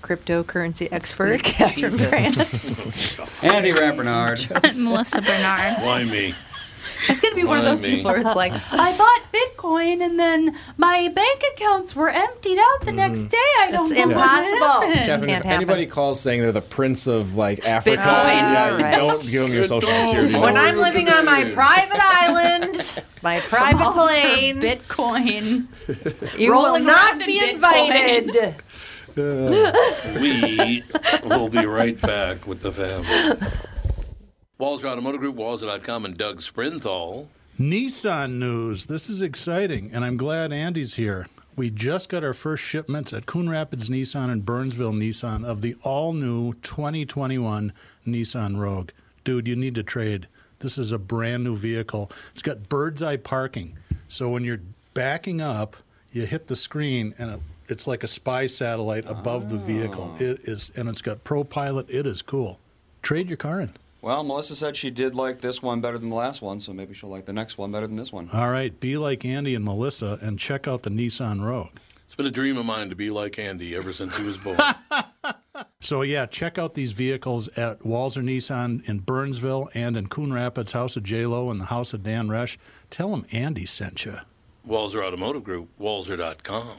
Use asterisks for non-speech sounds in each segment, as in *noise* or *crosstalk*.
Cryptocurrency expert, Catherine *laughs* Brandt. Andy Rappernard. Melissa Bernard. Why Me. It's going to be one of Why those me? people where it's like, *laughs* I bought Bitcoin and then my bank accounts were emptied out the next Mm. day. I don't That's know what Oh. impossible. happened. Kevin, Can't if anybody happen. calls saying they're the prince of like Africa, Bitcoin. yeah, Right. don't give them your social Don't. security When when number. I- I'm living on my private island, my private plane, Bitcoin. you will rolling not around in be Bitcoin. *laughs* invited. Oh. *laughs* We will be right back with the family. Walzer Automotive Group, Walzer.com, and Doug Sprinthal. Nissan news. This is exciting, and I'm glad Andy's here. We just got our first shipments at Coon Rapids Nissan and Burnsville Nissan of the all new 2021 Nissan Rogue. Dude, you need to trade. This is a brand new vehicle. It's got bird's eye parking. So when you're backing up, you hit the screen and it, it's like a spy satellite above the vehicle. It is and it's got ProPilot. It is cool. Trade your car in. Well, Melissa said she did like this one better than the last one, so maybe she'll like the next one better than this one. All right, be like Andy and Melissa and check out the Nissan Rogue. It's been a dream of mine to be like Andy ever since he was born. *laughs* So yeah, check out these vehicles at Walzer Nissan in Burnsville and in Coon Rapids, House of J Lo and the House of Dan Rush. Tell them Andy sent you. Walzer Automotive Group, Walzer.com.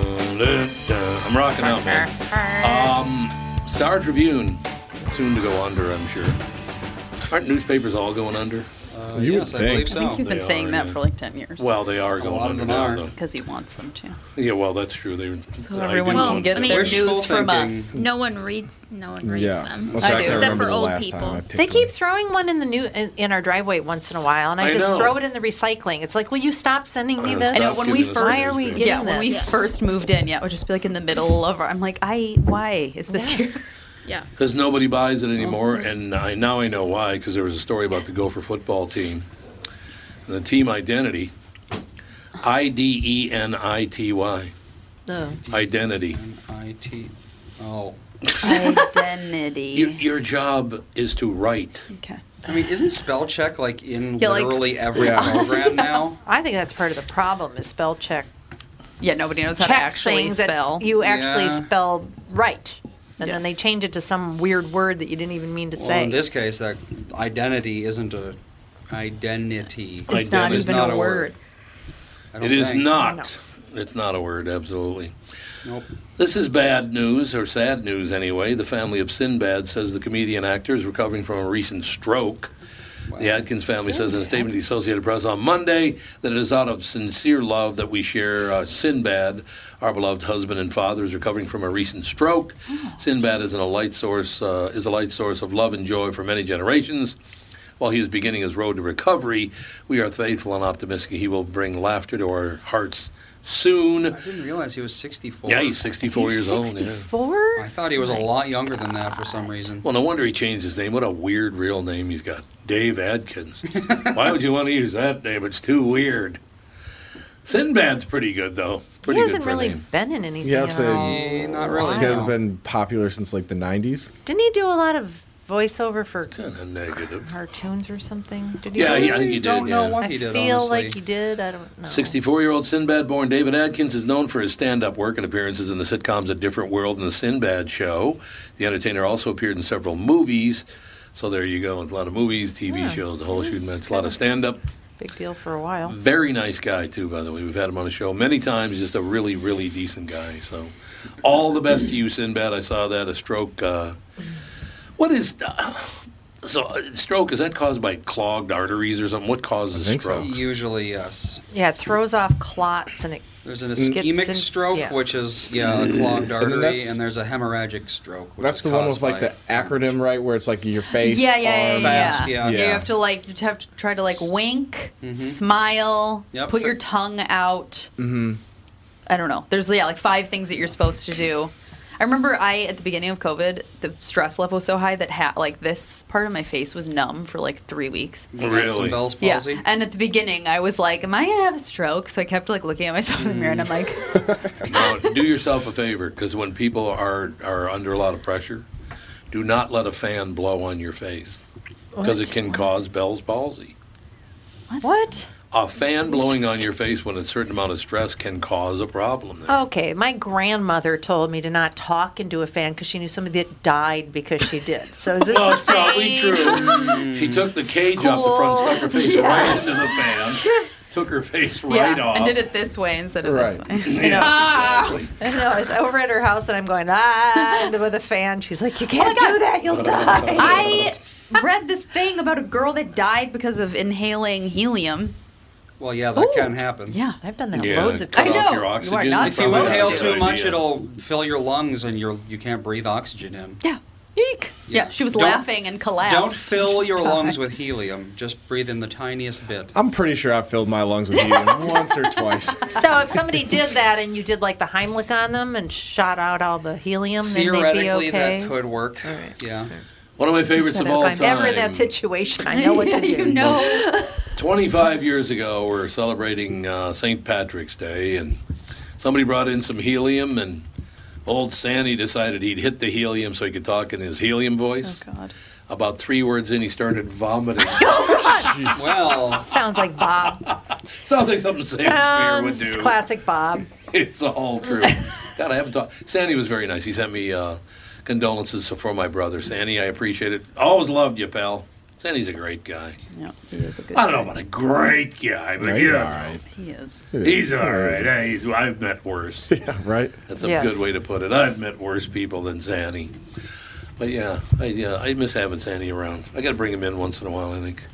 I'm rocking out, man. Um, Star Tribune, soon to go under, I'm sure. Aren't newspapers all going under? Uh, You yes, would I think. believe I think you've so. been They saying are, that yeah. for like 10 years. Well, they are A going lot of under them now, are. though. Because he wants them to. Yeah, well, that's true. They, So I do everyone want can get them. I their mean- news Wishful from thinking. us. No one reads. No one reads Yeah, them. Well, see, I I can't do. Except remember for the old last people. time I picked They keep one. throwing one in the new in, in our driveway once in a while, and I, I just know. throw it in the recycling. It's like, will you stop sending me Uh, this? I know, when we giving us why this are we thing. getting yeah, when we this? first moved in, yeah, it would just be like in the middle of our. I'm like, I, why is this *laughs* Yeah. here? Yeah. because nobody buys it anymore, course. and I, now I know why. Because there was a story about the Gopher football team and the team identity, I D E N I T Y, No. identity. M.I.T. Oh. Identity. Your, your job is to write. okay. I mean, isn't spell check like in Yeah, like- literally every Yeah. program now? I think that's part of the problem is spell check. Yeah, nobody knows how Check to actually things spell. that you actually Yeah. spelled right, and Yeah. then they change it to some weird word that you didn't even mean *laughs* to Well, say. in this case, that identity isn't a identity. it's not Ident- even is not a a word. word. I don't It is think. not. It's not a word. Absolutely. Nope. This is bad news, or sad news anyway. The family of Sinbad says the comedian actor is recovering from a recent stroke. The Atkins family says in a statement to the Associated Press on Monday that it is out of sincere love that we share uh, Sinbad, our beloved husband and father, is recovering from a recent stroke. Sinbad is, an, a light source, uh, is a light source of love and joy for many generations. While he is beginning his road to recovery, we are faithful and optimistic he will bring laughter to our hearts soon. I didn't realize he was 64. Yeah, he's 64 years old. Yeah. Four? I thought he was a lot younger than that for some reason. Well, no wonder he changed his name. What a weird real name he's got. Dave Adkins. Why would you want to use that name? It's too weird. Sinbad's pretty good though. Pretty he good hasn't for really a name. been in anything. Yeah, Yeah, I'll say- Not really. He hasn't been popular since like the 90s. Didn't he do a lot of voiceover for Kinda negative. cartoons or something? Did he Yeah, do he, that? I think he I don't did. know yeah. what I he did. feel honestly. like he did. I don't know. 64-year-old Sinbad-born David Adkins is known for his stand-up work and appearances in the sitcoms A Different World and The Sinbad Show. The entertainer also appeared in several movies. So there you go, a lot of movies, TV shows, the whole shooting match, a lot of stand-up. Big deal for a while. Very nice guy too, by the way. We've had him on the show many times. Just a really, really decent guy. So, all the best to you, Sinbad. I saw that a stroke. Uh, what is so? uh, Stroke is that caused by clogged arteries or something? What causes think so. stroke? Usually, yes. Yeah, it throws off clots and it. There's an Gets ischemic in- stroke, yeah. which is yeah, a clogged then artery, that's- and there's a hemorrhagic stroke. Which That's is the one caused with like by- the acronym, right? Where it's like your face. Yeah, yeah, arm. yeah, yeah. fast, yeah. Yeah. You have to like you have to try to like wink, Mm-hmm. smile, Yep. put your tongue out. Mm-hmm. I don't know. There's yeah, like five things that you're supposed to do. I remember I at the beginning of COVID, the stress level was so high that ha- like this part of my face was numb for like three weeks. Really? Some Bell's Yeah, palsy. and at the beginning I was like, "Am I gonna have a stroke?" So I kept like looking at myself in the mirror, and I'm like, Now, do yourself a favor, because when people are are under a lot of pressure, do not let a fan blow on your face, because it can cause Bell's palsy. What? A fan blowing on your face when a certain amount of stress can cause a problem. There. Okay, my grandmother told me to not talk into a fan because she knew somebody that died because she did. So is this Well, the it's probably same? true. *laughs* she took the cage off the front, stuck her face right into the *laughs* fan, took her face "Yeah," right off. and did it this way instead of Right. this way. *laughs* *laughs* Ah. Yes, exactly. I know. It's over at her house, and I'm going ah and with a fan. She's like, "You can't "Oh God. *laughs* do that. You'll die." I read this thing about a girl that died because of inhaling helium. Well, yeah, that can happen. Yeah. I've done that Yeah, loads of cut times. I off know. your You are oxygen. not you If you probably inhale have a too good much, idea. it'll fill your lungs, and you're you can't breathe oxygen in. Yeah. Eek. Yeah, she was Don't- laughing and collapsed. Don't fill your lungs with helium. Just breathe in the tiniest bit. I'm pretty sure I've filled my lungs with helium *laughs* once or twice. *laughs* So if somebody did that and you did like the Heimlich on them and shot out all the helium, then they'd be Theoretically, okay. that could work. Yeah. One of my favorites But of if all I'm time. ever in that situation, I know *laughs* what to do. you know. 25 years ago, we were celebrating uh, St. Patrick's Day, and somebody brought in some helium, and old Sandy decided he'd hit the helium so he could talk in his helium voice. Oh, God. About three words in, he started *laughs* vomiting. Oh, Well, Sounds like Bob. *laughs* Sounds like something Sam Spear would Sounds do. classic Bob. It's *laughs* all true. God, I haven't talked. Sandy was very nice. He sent me uh, condolences for my brother. Sandy, I appreciate it. Always loved you, pal. Sandy's a great guy. Yeah, he is a good I don't know about a great guy, but Great yeah, guy. He is. he's all right. Eh, he's- I've *laughs* met worse. right? That's a Yes. good way to put it. I've met worse people than Sandy. But yeah, I, yeah, I miss having Sandy around. I got to bring him in once in a while. I think.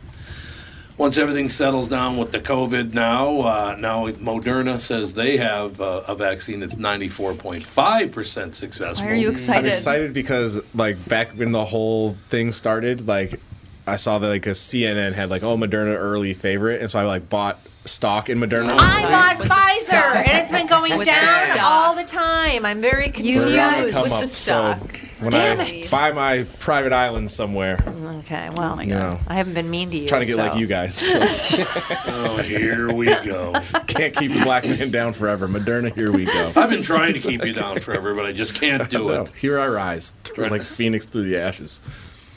Once everything settles down with the COVID, now uh, now Moderna says they have uh, a vaccine that's ninety four point five percent successful. Why are you I'm excited? excited because like back when the whole thing started, like I saw that like a CNN had like oh Moderna early favorite, and so I like bought stock in Moderna. I'm on With the Pfizer, stock. and it's been going With the down stock. all the time. I'm very We're We're on the Yes, confused. come with up, the so stock. when Damn I it. Oh buy my private island somewhere, I'm Okay, well, God. No. I haven't been mean to you. trying to get like so- you guys, *laughs* so Oh, here we go. *laughs* can't keep the black man down forever. Moderna, here we go. I've been trying to keep you down forever, but I just can't do No, *laughs* it. here I rise, th- like phoenix through the ashes.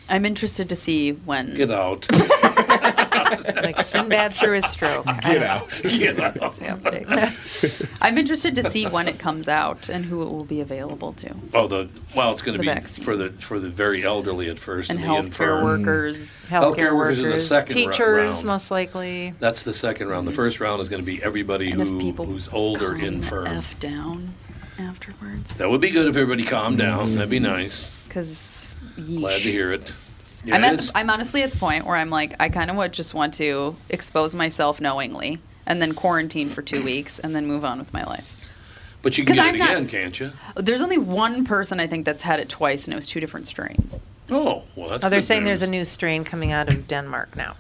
I'm interested to see when. *laughs* Get out. Like Sinbad through his stroke. Get out. Get out. I'm interested to see when it comes out and who it will be available to, Oh, the well, it's going to The be vaccine. for the for the very elderly at first, and the healthcare infirm. workers. Healthcare workers in the second ro- teachers, round. most likely. That's the second round. The first round is going to be everybody And if who, Mm-hmm. people who's older calm the infirm. F down afterwards. That would be good if everybody calmed down. That'd Mm-hmm. be nice. Because. Glad to hear it. Yeah, I'm, at it's- the, I'm honestly at the point where I'm like, I kind of would just want to expose myself knowingly and then quarantine for two weeks and then move on with my life. but you can 'cause get I'm it not- again, can't you? There's only one person I think that's had it twice and it was two different strains. Oh, well, that's Oh, they're good saying there's a news. new strain coming out of Denmark now.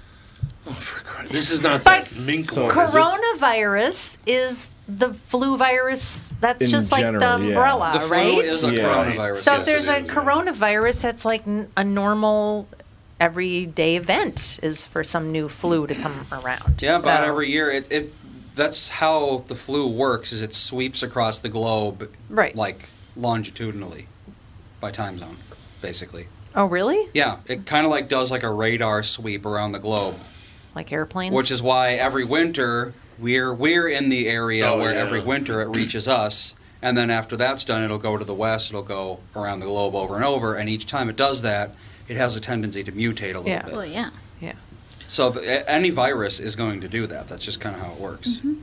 Oh, for *laughs* Christ. This is not But- that mink So- one, is it? Coronavirus is the flu virus. That's In just like general, the yeah. umbrella, the flu right? is a Yeah. coronavirus. so yes, if there's it a is. coronavirus, that's like n- a normal everyday event is for some new flu to come around. Yeah, about So- every year. It, it that's how the flu works. Is it sweeps across the globe, Right. Like longitudinally, by time zone, basically. Oh, really? Yeah, it kind of like does like a radar sweep around the globe, Like airplanes? which is why every winter we're we're in the area Oh, where yeah. every winter it reaches us, and then after that's done, it'll go to the west. It'll go around the globe over and over, and each time it does that, it has a tendency to mutate a little Yeah. bit. Well, yeah. yeah. So th- a- any virus is going to do that. That's just kind of how it works. Mm-hmm.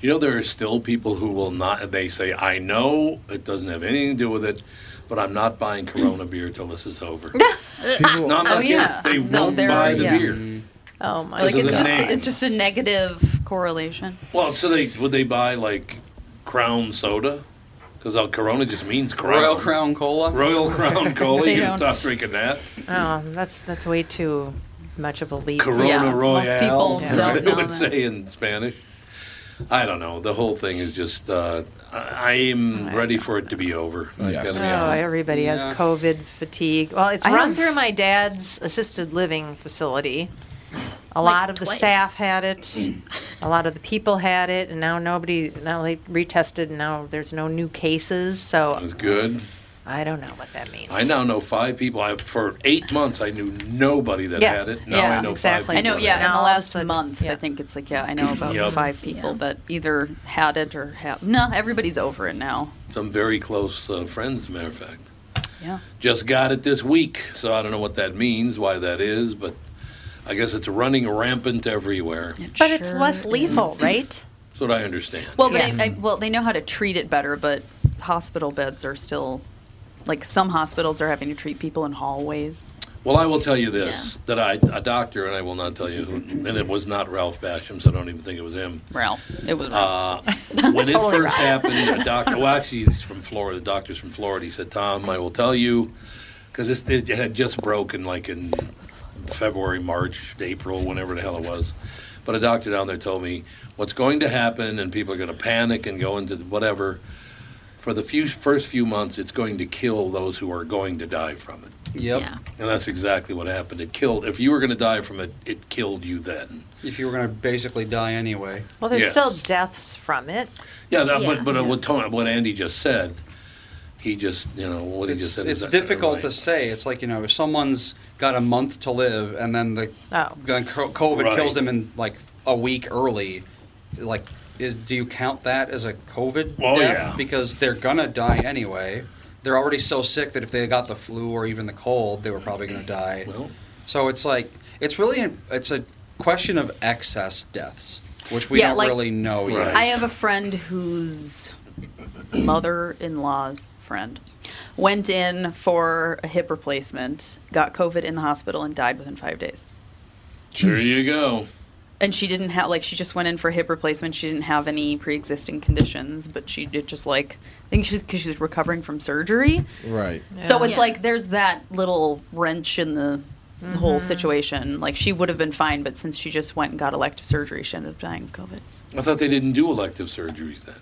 You know, there are still people who will not, they say, I know it doesn't have anything to do with it, but I'm not buying Corona beer till this is *laughs* over. no, I'm not Oh, kidding. yeah. They No, won't there buy are- the yeah. beer. Oh, my Like So it's the just name. it's just a negative correlation. Well, so they would they buy like Crown soda? Because Corona just means Crown. Royal Crown Cola. Royal *laughs* Crown Cola. you They can don't. stop drinking that. Oh, that's that's way too much of a leap. Corona Yeah, most Royale. people *laughs* as don't they know would that. say in Spanish. I don't know. The whole thing is just. Uh, I I am ready for it to be over. I Yes. gotta be Oh, honest. everybody Yeah. has COVID fatigue. Well, it's I run have- through my dad's assisted living facility. A lot of the twice. staff had it. a lot of the people had it, and now nobody. Now they retested, and now there's no new cases. So It's good. I don't know what that means. I now know five people. I, for eight months, I knew nobody that Yeah. had it. Now Yeah, I know exactly. I five people. know, that yeah. have In Now the all of a last sudden- month, yeah. I think it's like, yeah, I know about Yep. five people Yeah. that either had it or have. No, everybody's over it now. it. Some very close uh, friends, as a matter of fact. Yeah. Just got it this week, so I don't know what that means, why that is, but I guess it's running rampant everywhere. but it's less lethal, right? That's what I understand. *laughs* Well, but I, I, well, they know how to treat it better, but hospital beds are still like some hospitals are having to treat people in hallways. Well, I will tell you this: that I, a doctor, and I will not tell you who, and it was not Ralph Basham, so I don't even think it was him. Ralph, it was Uh, when this first happened, a doctor, well, actually, he's from Florida. The doctor's from Florida. He said, "Tom, I will tell you, because it had just broken like in February, March, April, whenever the hell it was." But a doctor down there told me what's going to happen, and people are going to panic and go into whatever. For the few first few months, it's going to kill those who are going to die from it. Yep. Yeah. And that's exactly what happened. It killed. If you were going to die from it, it killed you then. If you were going to basically die anyway. Well, there's Yes. still deaths from it. Yeah, that, Yeah. but but uh, what Tony, what Andy just said, he just you know what he just It's, said. it's is difficult to right. say. It's like, you know, if someone's got a month to live and then the Oh. then co- COVID Right. kills them in like a week early, like, is, do you count that as a COVID Oh, death? yeah. Because they're going to die anyway. They're already so sick that if they got the flu or even the cold, they were probably going to die. Well, So it's like, it's really, an, it's a question of excess deaths, which we Yeah, don't like- really know yet. Right. I have a friend whose mother-in-law's friend went in for a hip replacement, got COVID in the hospital, and died within five days. there you go. And she didn't have like she just went in for hip replacement. She didn't have any pre-existing conditions, but she did just like I think she because she was recovering from surgery. Right. So it's Yeah. like there's that little wrench in the, the whole situation. Like she would have been fine, but since she just went and got elective surgery, she ended up dying of COVID. I thought they didn't do elective surgeries then.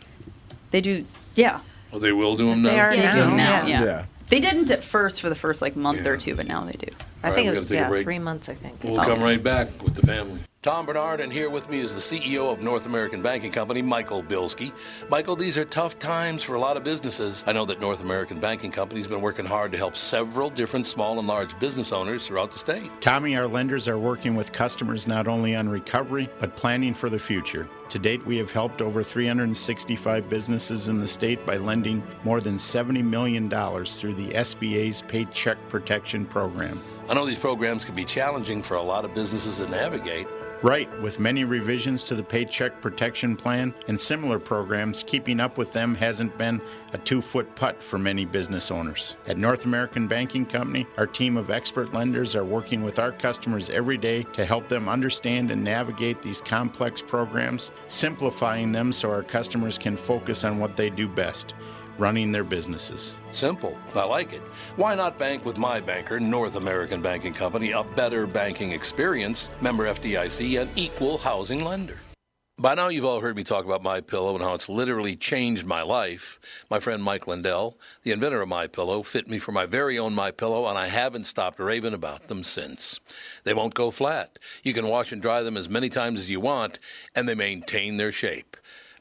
They do, yeah. Well, they will do them now. They are Yeah. now. Yeah. Now, yeah. Yeah. They didn't at first for the first like month or Yeah. two, but now they do. Oh. I All think right, we're it gonna was take a yeah, break. three months. I think. We'll come right back with the family. Tom Bernard, and here with me is the CEO of North American Banking Company, Michael Bilski. Michael, these are tough times for a lot of businesses. I know that North American Banking Company has been working hard to help several different small and large business owners throughout the state. Tommy, our lenders are working with customers not only on recovery, but planning for the future. To date, we have helped over 365 businesses in the state by lending more than $70 million through the SBA's Paycheck Protection Program. I know these programs can be challenging for a lot of businesses to navigate. Right, with many revisions to the Paycheck Protection Plan and similar programs, keeping up with them hasn't been a two foot putt for many business owners. At North American Banking Company, our team of expert lenders are working with our customers every day to help them understand and navigate these complex programs, simplifying them so our customers can focus on what they do best running their businesses. Simple. I like it. Why not bank with my banker, North American Banking Company, a better banking experience, member FDIC, and equal housing lender? By now, you've all heard me talk about My Pillow and how it's literally changed my life. My friend Mike Lindell, the inventor of My Pillow, fit me for my very own My Pillow, and I haven't stopped raving about them since. They won't go flat. You can wash and dry them as many times as you want, and they maintain their shape.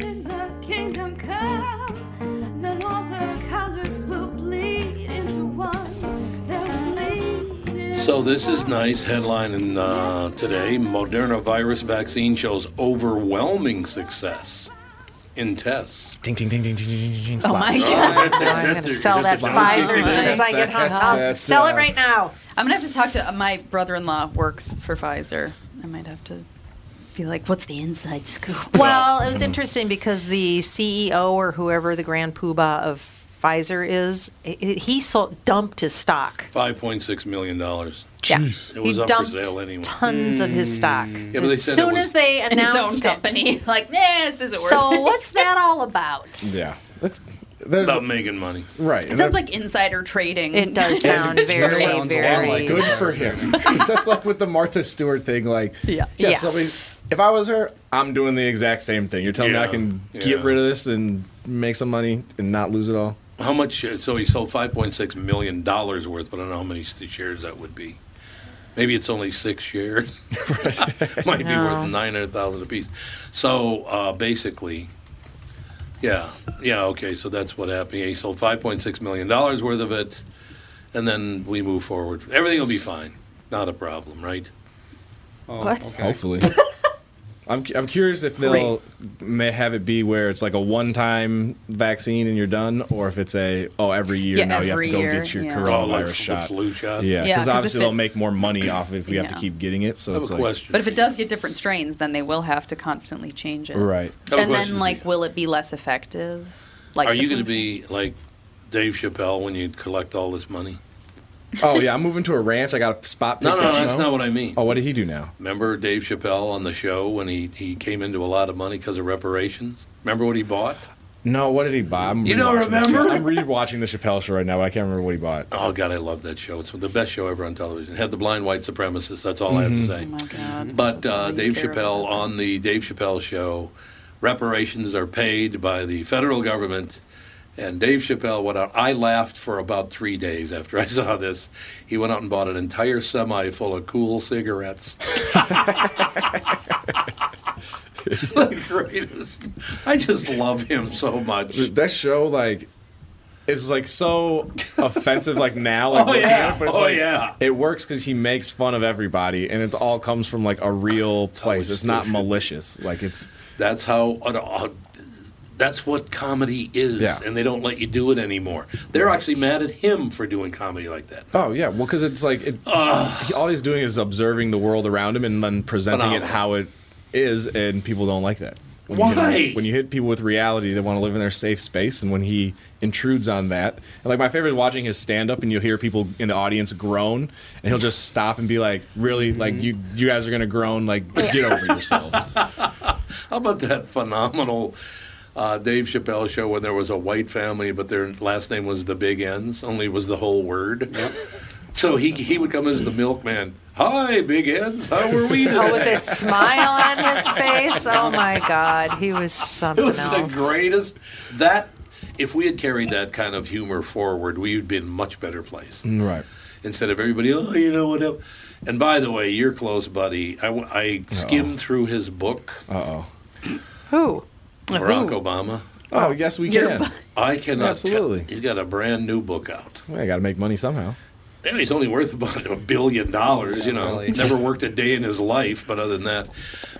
in the kingdom come. Then all the colors will bleed into one. They'll bleed. So this is nice headline in uh, today. Moderna virus vaccine shows overwhelming success in tests. Ding ding ding ding ding ding ding. ding Oh my God. I'm gonna sell that Pfizer as soon as I get home. I'll sell it right now. I'm gonna have to talk to uh, my brother-in-law works for Pfizer. I might have to be like, "What's the inside scoop?" *laughs* Well, it was interesting because the CEO or whoever the grand poobah of Pfizer is, i- i- he sold, dumped his stock. Five point six million dollars. Yeah. Jeez. it was He up for dumped sale anyway. Tons of his stock. Yeah, but they as said soon it was, as they In his own announced company, *laughs* it, like, "Nah, this isn't worth So it." what's that all about? Yeah, that's about making money, right? It sounds like insider trading. It *laughs* does sound very, very. Oh good for *laughs* him. 'Cause that's like with the Martha Stewart thing. Like, yeah, Yeah. Somebody, if I was her, I'm doing the exact same thing. You're telling me I can get rid of this and make some money and not lose it all. How much? uh, So he sold five point six million dollars worth, but I don't know how many s- shares that would be. Maybe it's only six shares. *laughs* Might be No. worth nine hundred thousand apiece. So uh, basically, yeah, yeah, okay. So that's what happened. He sold five point six million dollars worth of it, and then we move forward. Everything will be fine. Not a problem, right? Oh, What? okay. Hopefully. *laughs* I'm, cu- I'm curious if they'll may have it be where it's like a one time vaccine and you're done, or if it's a oh every year Yeah, now you have to every go year, get your yeah. Oh, coronavirus like the shot, flu shot? Yeah, Yeah, because 'cause if obviously they'll it- make more money off if we have Yeah. to keep getting it. So I have it's a like question But if it does get different strains, then they will have to constantly change it. Right. I have a And then, question for like, will it be less effective? Like, Are the you going flu to be like Dave Chappelle when you collect all this money? *laughs* oh yeah, I'm moving to a ranch. I got a spot. No, picked no, out. that's not what I mean. Oh, what did he do now? Remember Dave Chappelle on the show when he, he came into a lot of money because of reparations? Remember what he bought? No, what did he buy? I'm You don't rewatching this remember? shit. I'm rewatching the Chappelle show right now, but I can't remember what he bought. Oh, God, I love that show. It's the best show ever on television. Had the blind white supremacist. That's all I have to Mhm. say. But uh, Dave Chappelle on the Dave Chappelle show, reparations are paid by the federal government. And Dave Chappelle went out. I laughed for about three days after I *laughs* saw this. He went out and bought an entire semi full of cool cigarettes. *laughs* the greatest. *laughs* I just love him so much. That show, like, is like so offensive, like now. Like, *laughs* Oh, looking at yeah. it, but it's Oh, like, yeah. It works because he makes fun of everybody, and it all comes from like a real place. It's not malicious. Like it's That's how. Uh, that's what comedy is, Yeah. and they don't let you do it anymore. They're actually mad at him for doing comedy like that. oh yeah, well because it's like it, he- all he's doing is observing the world around him and then presenting it how it is, and people don't like that. You Why? hit, when you hit people with reality, they want to live in their safe space, and when he intrudes on that, and like my favorite is watching his stand up, and you'll hear people in the audience groan, and he'll just stop and be like, "Really? Like you, you guys are gonna groan? Like get *laughs* over yourselves." How about that phenomenal uh, Dave Chappelle show when there was a white family, but their last name was the Big N's, only it was the whole word. so he he would come as the milkman. Hi, Big N's. How are we today? Oh, with a smile on *laughs* his face. Oh my God, he was something It was the else. greatest. That if we had carried that kind of humor forward, we'd be in a much better place. Mm, right. Instead of everybody, oh, you know what? up-" And by the way, you're close, buddy. I, w- I skimmed through his book. Uh oh. Who? Barack Obama. Oh, yes, we You're can. I cannot. Absolutely. Tell. He's got a brand new book out. Well, I got to make money somehow. And he's only worth about a billion dollars. You know, never worked a day in his life. But other than that,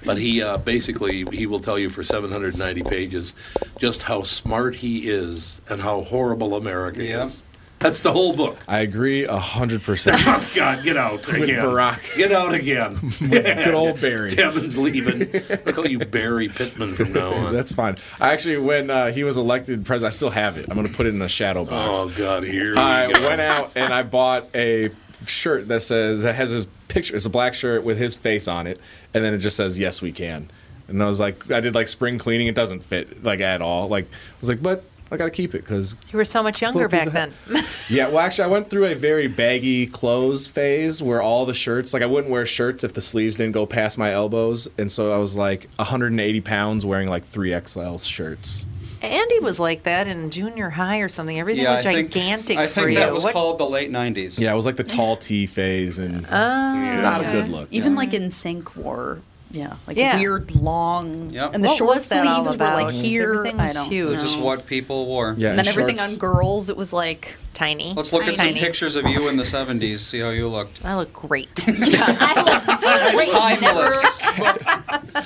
but he uh, basically he will tell you for 790 pages just how smart he is and how horrible America is. That's the whole book. Oh, I agree hundred percent. God, get out With again. Barack. Get *laughs* out again. *laughs* Good old Barry. Devin's leaving. I'll call you Barry Pittman from now *laughs* on. That's fine. I actually, when uh, he was elected president, I still have it. I'm going to put it in a shadow box. Oh God, here I we go. went out and I bought a shirt that says that has his picture. It's a black shirt with his face on it, and then it just says "Yes, we can." And I was like, I did like spring cleaning. It doesn't fit like at all. Like I was like, but I got to keep it because You were so much Just a younger little back piece then. yeah, well, actually, I went through a very baggy clothes phase where all the shirts, like, I wouldn't wear shirts if the sleeves didn't go past my elbows. And so I was like 180 pounds wearing like 3XL shirts. *laughs* Andy was like that in junior high or something. Everything was gigantic I for think you. that was What- called the late '90s. Yeah, it was like the *laughs* tall T phase and Uh. Ah, not a okay. good look. Even like in sync wore, yeah, like Yeah. weird long, Yep. and the What short was that sleeves all were about? like here. Everything I was don't It was just know. what people wore. Yeah, and then everything on girls, it was like tiny. Let's look at some pictures of you in the '70s. See how you *laughs* looked. I look great. Timeless.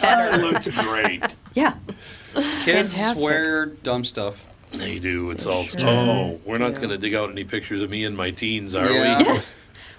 I looked great. Yeah. Kids Fantastic. wear dumb stuff. They do. It's all. Sure Oh, we're not going to dig out any pictures of me in my teens, are we? Yeah.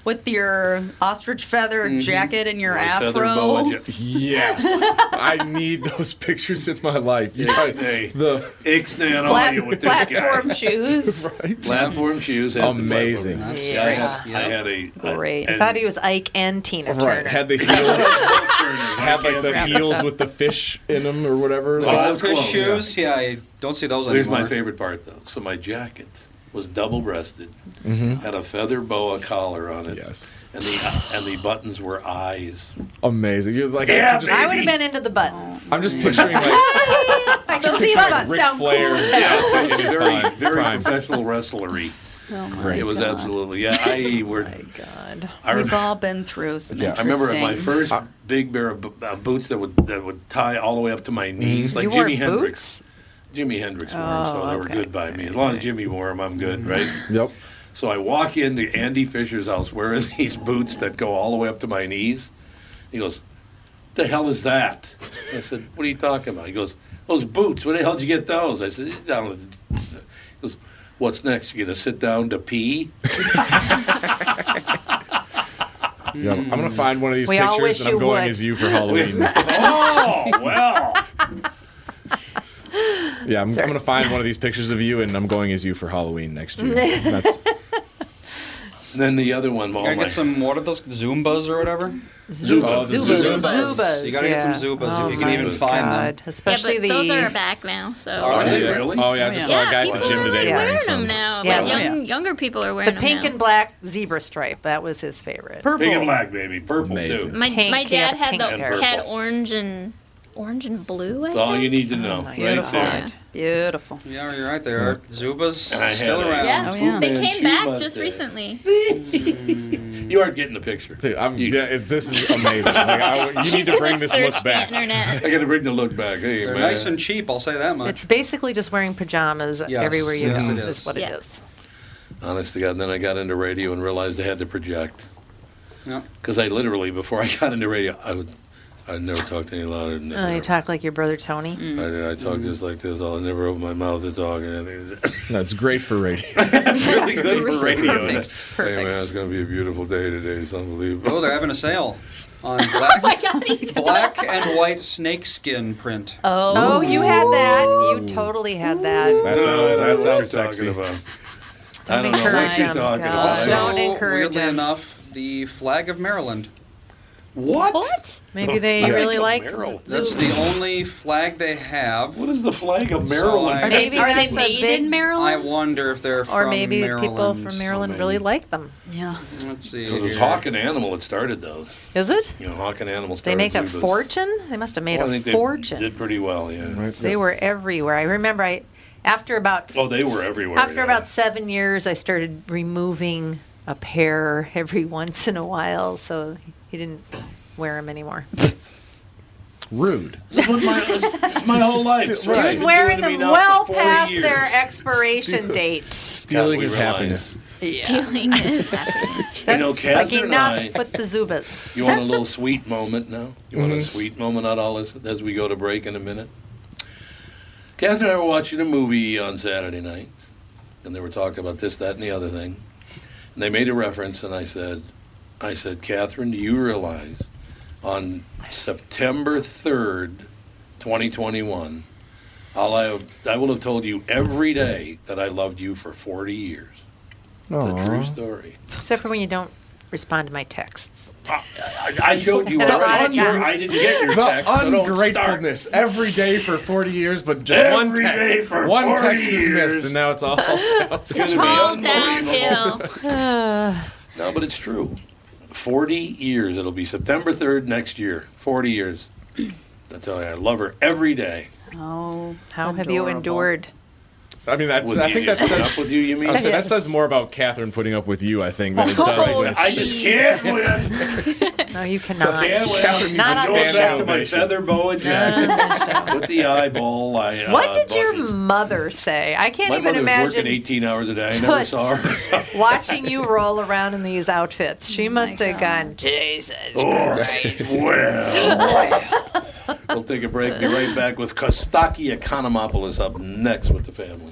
with your ostrich feather jacket and your My afro. Mm-hmm. feather boa ja- Yes. I need those *laughs* pictures in my life. You guys- the Ixnay on Plat- audio with this guy. platform *laughs* shoes. *laughs* Platform shoes. had the platform. Amazing. Yeah, I had- I had a. Great. I and- thought he was Ike and Tina Right, Turner. had the *laughs* heels, had like the heels with the fish in them or Oh, whatever. The like- goldfish shoes. Yeah. I don't see those Here's anymore. my favorite part, though. So my jacket was double-breasted, Mhm. had a feather boa collar on it. Yes. And the and the buttons were eyes. Amazing. You're like, I Yeah, can just- I would have been into the buttons. I'm just picturing like Oh. I just picturing like Ric Flair. Yeah, so It was very, fine. very Prime. professional wrestlery. Oh my it was God. Oh absolutely. Yeah, I were. my God. I We've remember. all been through some. I remember at my interesting- first big pair of bo- uh, boots that would that would tie all the way up to Mm-hmm. my knees, like You wore Jimi Hendrix. Jimi Hendrix wore them, so Oh, they were good by me. As long as Jimmy wore them, I'm good, right? Mm-hmm. Yep. So I walk into Andy Fisher's house wearing *laughs* these boots that go all the way up to my knees. He goes, "The hell is that?" I said, "What are you talking about?" He goes, "Those boots. Where the hell did you get those?" I said, "Down." with the-" He goes, "What's next? You gonna sit down to pee?" Yeah, I'm gonna find one of these We all wish pictures and I'm you going would. as you for *laughs* Halloween. oh well. yeah, I'm, I'm gonna find one of these pictures of you and I'm going as you for Halloween next year. *laughs* That's *laughs* then the other one, You gotta get some. What are those Zumbas or whatever? Zubas. Oh, the Zubas. Zubas, You gotta get some yeah. Zubas Oh if you can my even find God. them. Especially yeah, but those the- are back now. So Are they Yeah. really? Oh, yeah, I just saw a guy at the people gym are, today Like wearing wearing some. them now. Yeah. Oh, Like, Yeah. young, younger people are The wearing pink them and black zebra stripe. That was his favorite. Purple. Pink and black, baby. Purple now. too. My Pink, my yeah, dad had pink the and purple. had orange and orange and blue. I That's all think. you need to know, right Beautiful. there. Beautiful. Yeah, you're right. There are Zubas And I had still a- around. Yeah, Oh, yeah. they Fu came Manchu back mustard. just *laughs* recently. You aren't getting the picture. I'm, yeah, if this is amazing. Like, I, you need She's to gonna bring this search look the back. internet. I got to bring the look back. Hey, They're man. nice and cheap. I'll say that much. It's basically just wearing pajamas Yes, everywhere you yes, go. it Is is. what Yeah. it is. Honest to God, and then I got into radio and realized I had to project. Yeah. Because I literally, before I got into radio, I would, I never talked any louder than this. Oh, you talk like your brother Tony. Mm. Mm. I, I *laughs* talk just like this. I'll never open my mouth to talk *laughs* or anything. *laughs* That's great for radio. It's really good for radio. Perfect, Hey man, it's gonna be a beautiful day today. It's unbelievable. Oh, they're having a sale on *laughs* black, Oh God, he's black and white snakeskin print. Oh, you had that. You totally had that. That sounds, that sounds What you're sexy. talking about. *laughs* Don't I don't know encourage what you're him. talking No. about. Also, Don't encourage weirdly enough, the flag of Maryland. What? What? Maybe they flag really of like. Maryland. That's the only flag they have. What is the flag of Maryland? Are they- are they made in I Maryland? wonder if they're Or from maybe the Maryland. people from Maryland really like them. Yeah. Let's see. Because it was here. Hawk and Animal that started those. Is it? You know, Hawk and Animal They started make a Zubas. fortune. They must have made Well, I a think they fortune. Did pretty well, yeah. They were everywhere. I remember I after about Oh, they were everywhere, After yeah. about seven years, I started removing a *laughs* pair every once in a while, so he didn't wear them anymore. Rude. This was my, this, this is my whole life. Still- It's what He I've was been wearing doing to me them now for well 40 past years. their expiration date. Stealing his happiness. Stealing is *laughs* You know, like Catherine and I, enough with the Zubats. you want a little sweet moment now? You Mm-hmm. want a sweet moment on all this as we go to break in a minute? Catherine and I were watching a movie on Saturday night, and they were talking about this, that, and the other thing. And they made a reference, and I said, I said, Catherine, do you realize on September 3rd, 2021, I'll have, I will have told you every day that I loved you for 40 years. It's a *laughs* true story. Except for when you don't respond to my texts. Ah, I, I showed you already. Veronica. I didn't get your The text. so don't start. ungratefulness every day for 40 years, but just Every one day text, for one 40 text is years. missed, and now it's all It's all down. *laughs* downhill. No, but it's true. 40 years. It'll be September 3rd next year. 40 years. I tell you, I love her every day. Oh, how have you *laughs* adorable. endured? I mean, that's, With I you, think that put says up with you, you mean? I was saying, that says more about Catherine putting up with you, I think, *laughs* than it does. with- Oh, I *laughs* just *laughs* can't win. no, you cannot. Can't win. Catherine needs Not a on going back to standing my ovation. feather boa jacket with the eyeball. I, uh, What did bought your this- mother say? I can't My even mother was working imagine 18 hours a day. I never Toots. *laughs* saw her. *laughs* watching you roll around in these outfits. She must have gone, Jesus. Or, Oh, well, we'll take a break. Be right back with Kostaki Economopoulos up next with the family.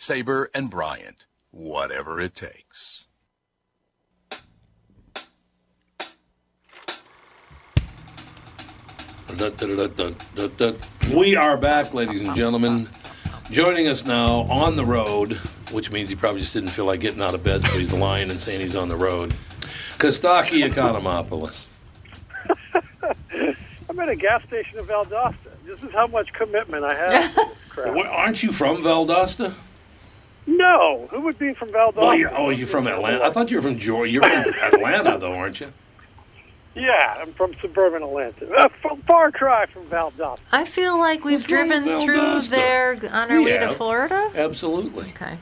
Sabre and Bryant, whatever it takes. We are back, ladies and gentlemen. Joining us now on the road, which means he probably just didn't feel like getting out of bed, so he's lying and saying he's on the road. Kostaki Economopoulos. I'm at a gas station in Valdosta. This is how much commitment I have. to *laughs* this crap. Where- aren't you from Valdosta? No, who would be from Valdosta? Well, you're, oh, you're from Atlanta. I thought you were from Georgia. You're from Atlanta, though, aren't you? Yeah, I'm from suburban Atlanta. A f- far cry from Valdosta. I feel like we've driven with through Valdosta? there g- on our We way to have. Florida. Absolutely. Okay.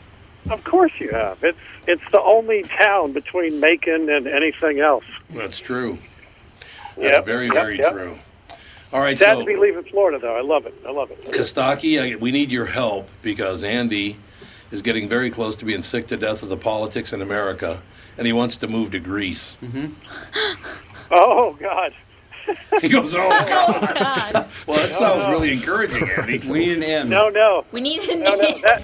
Of course you have. It's it's the only town between Macon and anything else. That's true. That's Yep, very, yep, very yep. true. All right, Sad so to be leaving Florida though. I love it. I love it. Kostaki, I- we need your help because Andy is getting very close to being sick to death of the politics in America, and he wants to move to Greece. Mm-hmm. Oh God. *laughs* He goes, oh God. *laughs* Well, that sounds really encouraging, *laughs* Andy. We need an end. No, no. We need an no, no. That,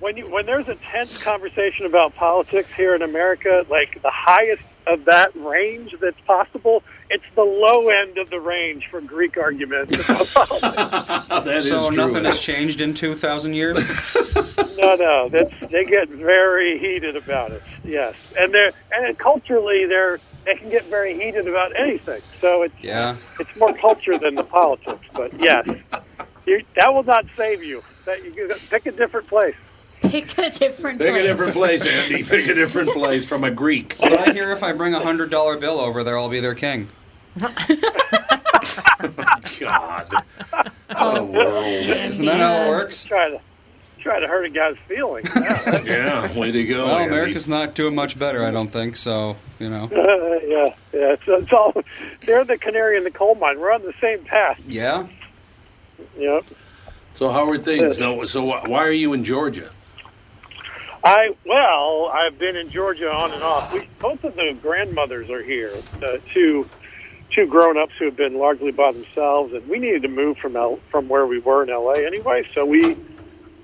when you when there's a tense conversation about politics here in America, like the highest of that range that's possible, it's the low end of the range for Greek arguments. *laughs* so is true. nothing has changed in 2,000 years? no, no, that's they get very heated about it. Yes, and they're and culturally they're they can get very heated about anything. So it's Yeah. it's more culture than the politics. But yes, you, that will not save you. That you you- pick a different place. Pick a different Pick place. a *laughs* different place, Andy. Pick a different place from a Greek. But I hear if I bring a hundred dollar bill over there, I'll be their king. God, what a world! Isn't that how it works? Try to try to hurt a guy's *laughs* feelings. Yeah. Yeah, way to go. Well, Andy. America's not doing much better, I don't think. So you know, Uh, *laughs* yeah, yeah. It's, it's all they're the canary in the coal mine. We're on the same path. yeah. Yep. So how are things? So, so wh- why are you in Georgia? I well, I've been in Georgia on and off. We both of the grandmothers are here uh, to two grown-ups who have been largely by themselves, and we needed to move from L- from where we were in LA anyway. So we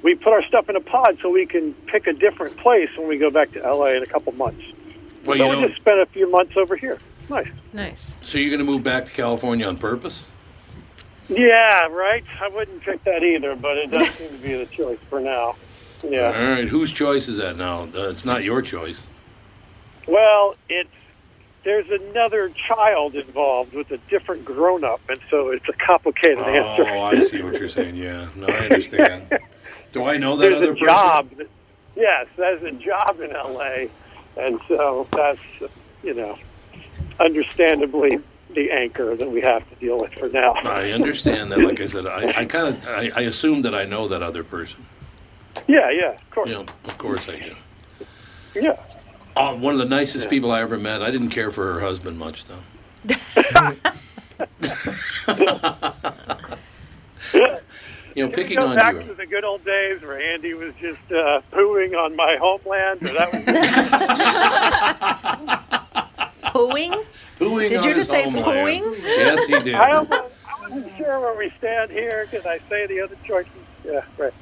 we put our stuff in a pod so we can pick a different place when we go back to LA in a couple months. Well, so you we know, just spent a few months over here. Nice. Nice. so you're going to move back to California on purpose? Yeah, right. I wouldn't pick that either, but it does seem to be the choice for now. Yeah. All right. Whose choice is that now? Uh, it's not your choice. Well, it's there's another child involved with a different grown up, and so it's a complicated answer. Oh, I see what you're saying. Yeah. No, I understand. *laughs* Do I know that there's other a person? job. that- Yes, there's a job in L.A., and so that's you know, understandably the anchor that we have to deal with for now. I understand that. Like I said, I, I kind of I, I assume that I know that other person. Yeah, yeah, of course. Yeah, of course I do. *laughs* Yeah. Uh, one of the nicest people I ever met. I didn't care for her husband much though. you know, Can we picking go on back you. to the good old days where Andy was just uh, pooing on my homeland. Or that was Pooing? Pooing Did on you his just say homeland. pooing? Yes, he did. I, don't, I wasn't sure where we stand here. Did I say the other choices? Yeah, right.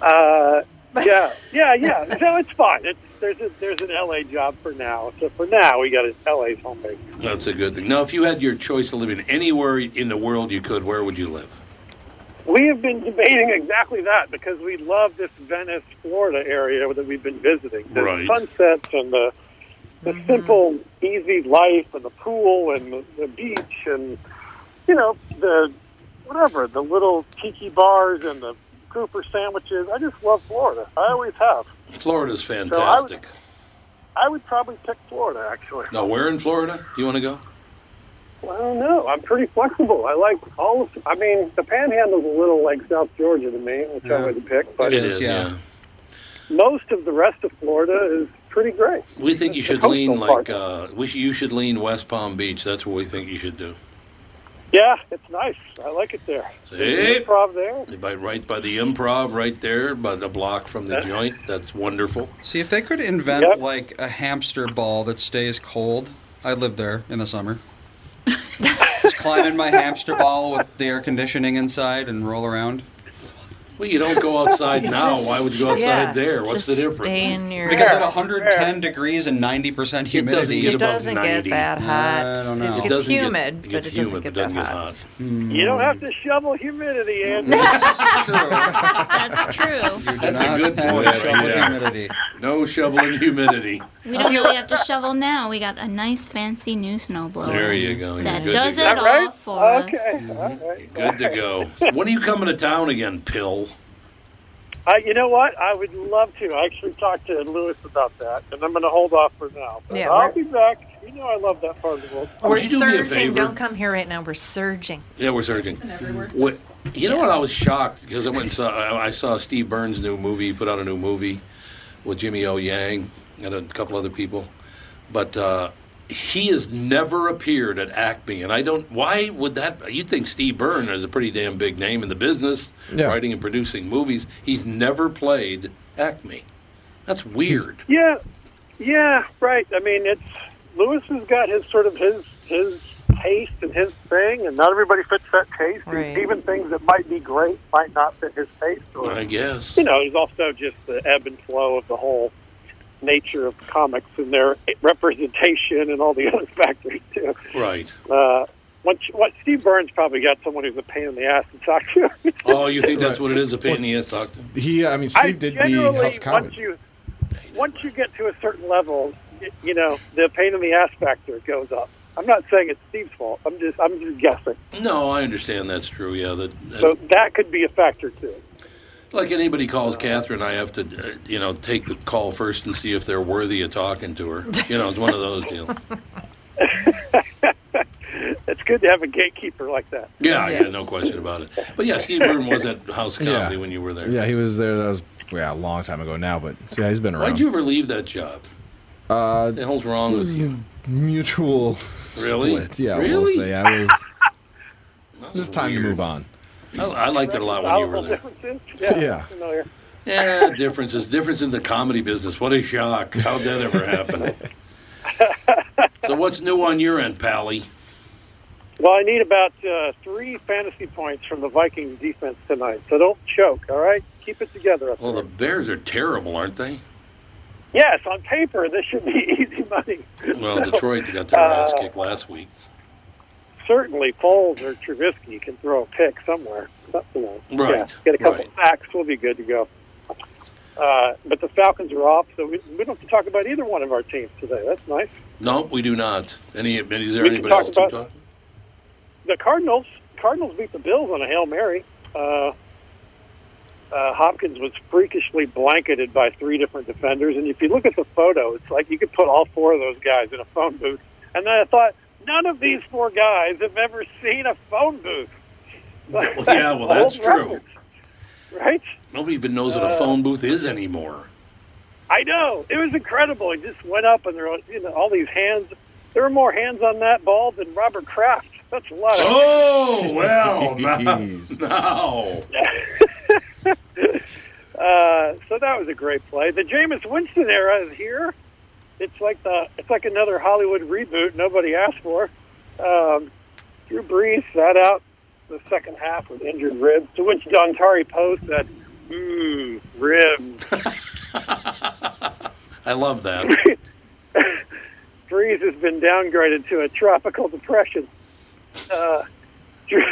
Uh, yeah, yeah, yeah. So it's fine. It's, there's a, there's an LA job for now. So for now, we got an LA's home base. That's a good thing. Now, if you had your choice of living anywhere in the world you could, where would you live? We have been debating exactly that because we love this Venice, Florida area that we've been visiting. The Right. sunsets and the the simple, easy life and the pool and the, the beach and you know the whatever the little tiki bars and the grouper sandwiches. I just love Florida. I always have. Florida's So I would- fantastic. I would probably pick Florida actually. now, where in Florida do you want to go? I don't know. I'm pretty flexible. I like all of. I mean, the Panhandle's a little like South Georgia to me, which I would pick. But it is, yeah. most of the rest of Florida is pretty great. We think you It's should the lean coastal like uh, we sh- you should lean West Palm Beach. That's what we think you should do. Yeah, it's nice. I like it there. See? There's an improv there. By right by the improv, right there, about a block from the joint. That's wonderful. See if they could invent like a hamster ball that stays cold. I lived there in the summer. Just climb in my hamster ball with the air conditioning inside and roll around. Well, you don't go outside now. Why would you go outside Yeah, there? What's the just difference? stay in your- Because at 110 degrees and 90% It humidity, doesn't get above 90. I don't know. It gets humid, it gets humid, but it doesn't get hot. Hmm. You don't have to shovel humidity in. *laughs* That's true. That's a good point. Humidity. No shoveling humidity. We don't really have to shovel now. We got a nice fancy new snowblower. There you go. Oh, You're That good does to it go. all for us. Good to *laughs* go. When are you coming to town again, Pill? I, you know what? I would love to. I actually talked to Lewis about that, and I'm going to hold off for now. But Yeah, I'll we're- be back. You know I love that part of the world. We're you do me a surging. favor? Don't come here right now. We're surging. Yeah, we're surging. What, you know what? I was shocked because I went and saw I I saw Steve Burns' new movie. He put out a new movie with Jimmy O Yang and a couple other people, but uh, he has never appeared at Acme, and I don't. Why would that? You'd think Steve Burns is a pretty damn big name in the business, Yeah. writing and producing movies. He's never played Acme. That's weird. Yeah, yeah, right. I mean, it's Lewis has got his sort of his his taste and his thing, and not everybody fits that taste. And Right. Even things that might be great might not fit his taste. Or, I guess. You know, there's also just the ebb and flow of the whole nature of comics and their representation and all the *laughs* other factors too. Right. Uh, what, what Steve Burns probably got someone who's a pain in the ass to talk to. Oh, you *laughs* think that's what it is? A pain in the ass, Doctor. He, I mean, Steve did the generally, House once Comet. you once you get to a certain level, y- you know the pain in the ass factor goes up. I'm not saying it's Steve's fault. I'm just I'm just guessing. No, I understand that's true. Yeah, that, that So that could be a factor too. *laughs* Like anybody calls Catherine, I have to, uh, you know, take the call first and see if they're worthy of talking to her. You know, it's one of those *laughs* deals. It's good to have a gatekeeper like that. Yeah, yeah, no question about it. But yeah, Steve Burton was at House of Comedy Yeah. when you were there. Yeah, he was there. That was yeah, a long time ago now, but yeah, he's been around. Why'd you ever leave that job? Uh, the hell's wrong with you? Mutual Really? split. Yeah, we'll Really? say I was. It's just time to move on. I, I liked it a lot when *laughs* you were there. Yeah. Yeah. Familiar. Yeah, differences. Difference in the comedy business. What a shock. How'd *laughs* that ever happen? so what's new on your end, Pally? Well, I need about uh, three fantasy points from the Vikings defense tonight, so don't choke. All right, keep it together. Up Well, the there. Bears are terrible, aren't they? Yes, on paper this should be *laughs* easy money. Well, So, Detroit got their uh, ass kicked last week. Certainly, Foles or Trubisky can throw a pick somewhere. So, You know, Right, yeah, get a couple sacks, we'll be good to go. Uh, but the Falcons are off, so we, we don't have to talk about either one of our teams today. That's nice. No, we do not. Any? Is there We can anybody talk else to about- talk? the Cardinals Cardinals beat the Bills on a hail mary. Uh, uh, Hopkins was freakishly blanketed by three different defenders, and if you look at the photo, it's like you could put all four of those guys in a phone booth. And then I thought, none of these four guys have ever seen a phone booth. yeah, well, that's Old true. record, right? Nobody even knows what a Uh, phone booth is anymore. I know it was incredible. It just went up, and there were you know, all these hands. There were more hands on that ball than Robert Kraft. That's a lot. Of *laughs* Oh well, no, no. Uh, so that was a great play. The Jameis Winston era is here. It's like the it's like another Hollywood reboot nobody asked for. Um, Drew Brees sat out the second half with injured ribs, to which Dontari Poe said, "Mmm, ribs." I love that. *laughs* Brees has been downgraded to a tropical depression. Uh, Drew,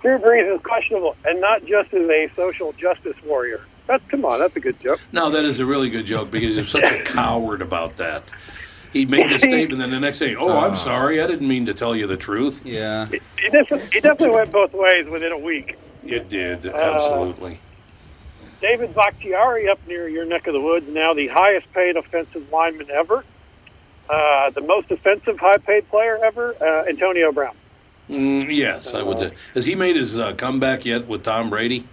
Drew Brees is questionable, and not just as a social justice warrior. That's come on, that's a good joke. No, that is a really good joke because he's such a coward about that. He made the statement, then the next day, oh, I'm sorry, I didn't mean to tell you the truth. Yeah, It definitely, it definitely went both ways within a week. it did absolutely. David Bakhtiari up near your neck of the woods, now the highest paid offensive lineman ever, uh, the most offensive high paid player ever, uh, Antonio Brown. Mm, yes, I would. say. Has he made his uh, comeback yet with Tom Brady?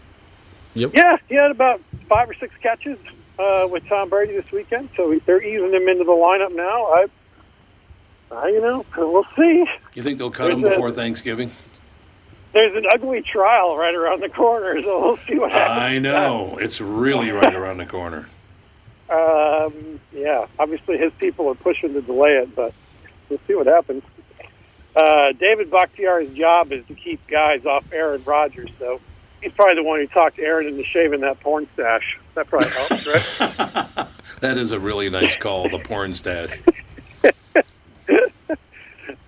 Yep. Yeah, he had about five or six catches uh, with Tom Brady this weekend, so they're easing him into the lineup now. I, I you know, uh, we'll see. You think they'll cut him There's a- before Thanksgiving? There's an ugly trial right around the corner, so we'll see what happens. I know it's really right around the corner. Um, yeah, obviously his people are pushing to delay it, but we'll see what happens. Uh, David Bakhtiari's job is to keep guys off Aaron Rodgers, so he's probably the one who talked Aaron into shaving that porn stash. That probably helps, right? That is a really nice call, the porn stash.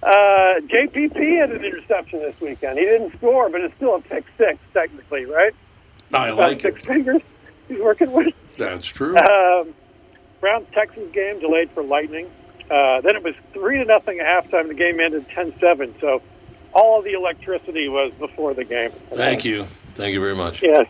Uh, JPP had an interception this weekend. He didn't score, but it's still a pick six, technically, right? I About like six it. fingers he's working with. That's true. *laughs* Um, Browns Texans game delayed for lightning. Uh, then it was three to nothing at halftime. The game ended 10-7, So all of the electricity was before the game. Thank you. Thank you very much. Yes,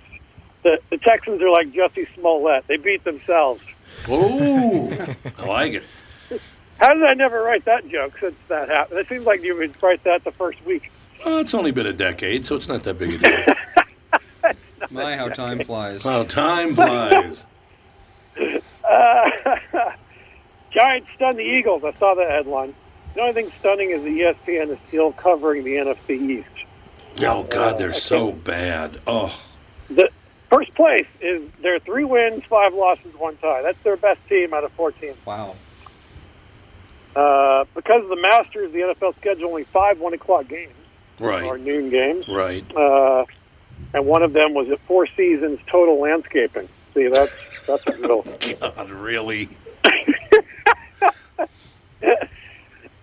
the, the Texans are like Jesse Smollett. They beat themselves. Oh, I like it. How did I never write that joke since that happened? It seems like you would write that the first week. Well, it's only been a decade, so it's not that big a deal. *laughs* my how time flies. How time flies. Uh, *laughs* Giants stun the Eagles. I saw that headline. The only thing stunning is the E ESPN is still covering the NFC East. Oh God, they're so bad. Oh, The first place is their three wins, five losses, one tie. That's their best team out of four teams. Wow. Uh, because of the Masters, the NFL scheduled only five one o'clock games or right, noon games, right. uh, and one of them was at Four Seasons Total Landscaping. See, that's that's a little. God, really?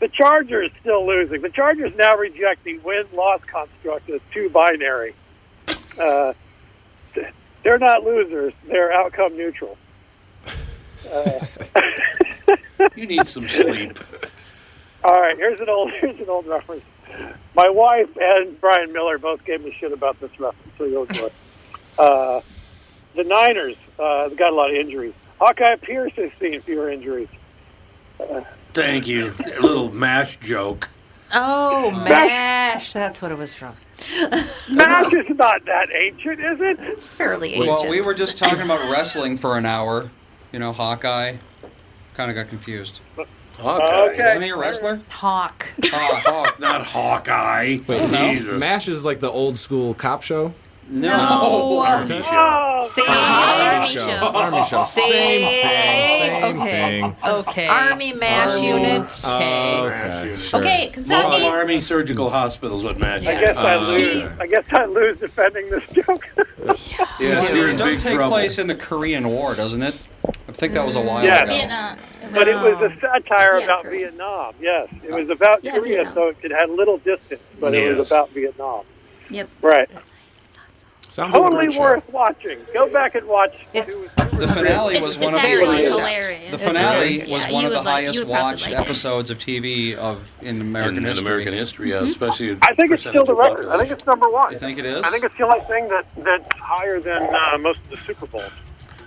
The Chargers still losing. The Chargers now reject the win-loss construct as too binary. Uh, th- they're not losers; they're outcome neutral. Uh, *laughs* You need some sleep. All right, here's an old *laughs* here's an old reference. My wife and Brian Miller both gave me shit about this reference, so you'll enjoy. it. Uh, the Niners uh, got a lot of injuries. Hawkeye Pierce has seen fewer injuries. Uh, Thank you. A little mash joke. Oh, MASH. That's what it was from. *laughs* MASH is not that ancient, is it? It's fairly ancient. Well, we were just talking *laughs* about wrestling for an hour. You know, Hawkeye. Kind of got confused. Hawkeye. Okay. Isn't he a wrestler? Hawk. Hawk, not Hawkeye. Wait, Jesus. Mash is like the old school cop show. No. No. Army Oh, show. Army Army show. show. Army show. Same thing. Same *laughs* okay. thing. Okay. Army mash Army. unit. Okay. sure. Okay, 'cause Love that means- Army Surgical Hospitals with match. I guess I lose. I guess I lose defending this joke. Yeah, It you're in does big take trouble. place in the Korean War, doesn't it? I think that was a while Yes. ago. But it was a satire about Vietnam. Yes, it was about Korea, so it had little distance, but it Yes. was about Vietnam. Yep. Right. Sounds totally worth watching. Go back and watch. two- The finale It's- was it's one of actually the hilarious. The It's finale very- was yeah, one you of the would like- you highest would probably watched like it. episodes of TV of in American in history. American history, yeah, Mm-hmm. especially. I think it's still the record. I think it's number one. You think it is? I think it's the only thing that that's higher than uh, most of the Super Bowls.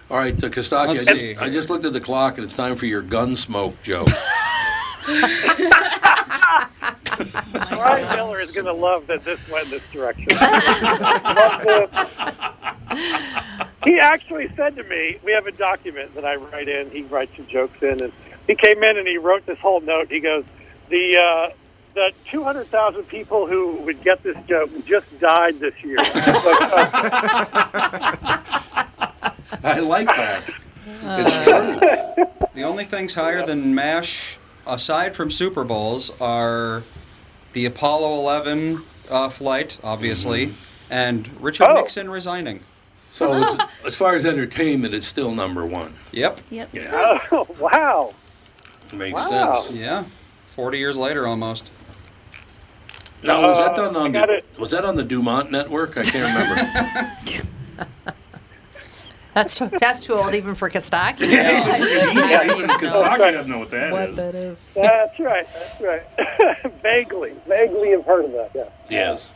All right, uh, Kostaki, I Let's just, see. I just looked at the clock and it's time for your gun *laughs* smoke joke. Brian Miller is going to love that this went this direction. Love the- he actually said to me, "We have a document that I write in. He writes some jokes in, and he came in and he wrote this whole note. He goes, the uh, the two hundred thousand people who would get this joke just died this year." I like that. It's true. The only things higher than MASH, aside from Super Bowls, are the Apollo 11 uh, flight, obviously, and Richard Nixon resigning. Mm-hmm. *laughs* So, as, as far as entertainment, it's still number one. Yep. Yep. Yeah. *laughs* Oh wow! Makes Wow. sense. Yeah. 40 years later, almost. Now, was that done Uh, on I got the, was that on the Dumont network? I can't remember. That's too, that's too old even for Kostaki. *laughs* Kostaki doesn't know what that What is. that is. That's right. *laughs* That's right. vaguely, vaguely, have heard of that. Yeah. Yes.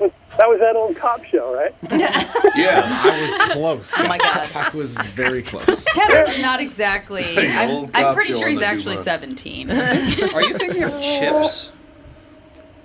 That was that old cop show, right? Yeah. I was close. Oh my guys. I was very *laughs* close. Tevin's not exactly. *laughs* I'm, old I'm cop pretty show sure on he's the actually Duma. 17. Are you thinking of Chips?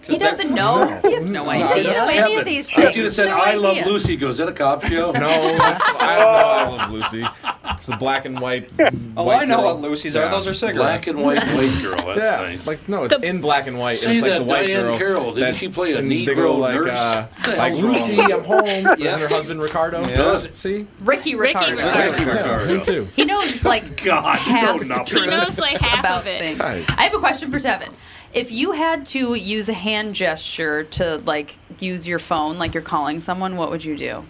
He doesn't know. He has no No, idea. that's Kevin. If you'd have said, I love Lucy, he goes, is that a cop show? No, that's, I don't know. I love Lucy. It's the black and white. Oh, white I know girl. what Lucy's are. Those are cigarettes. Black and white white girl. That's yeah, nice. like no, it's in black and white. and it's Say like that the white Diane girl. Carroll. Didn't that- she play a and they Negro go like, nurse? Uh, What the like hell's wrong Lucy, with I'm home. her? Isn't her husband Ricardo? Yeah. Does it? See, Ricky Ricardo. Ricky Ricardo. Me too. He *laughs* knows like God, half no, nothing. the He knows, like, truths half about of it. things. Nice. I have a question for Tevin. If you had to use a hand gesture to like use your phone, like you're calling someone, what would you do?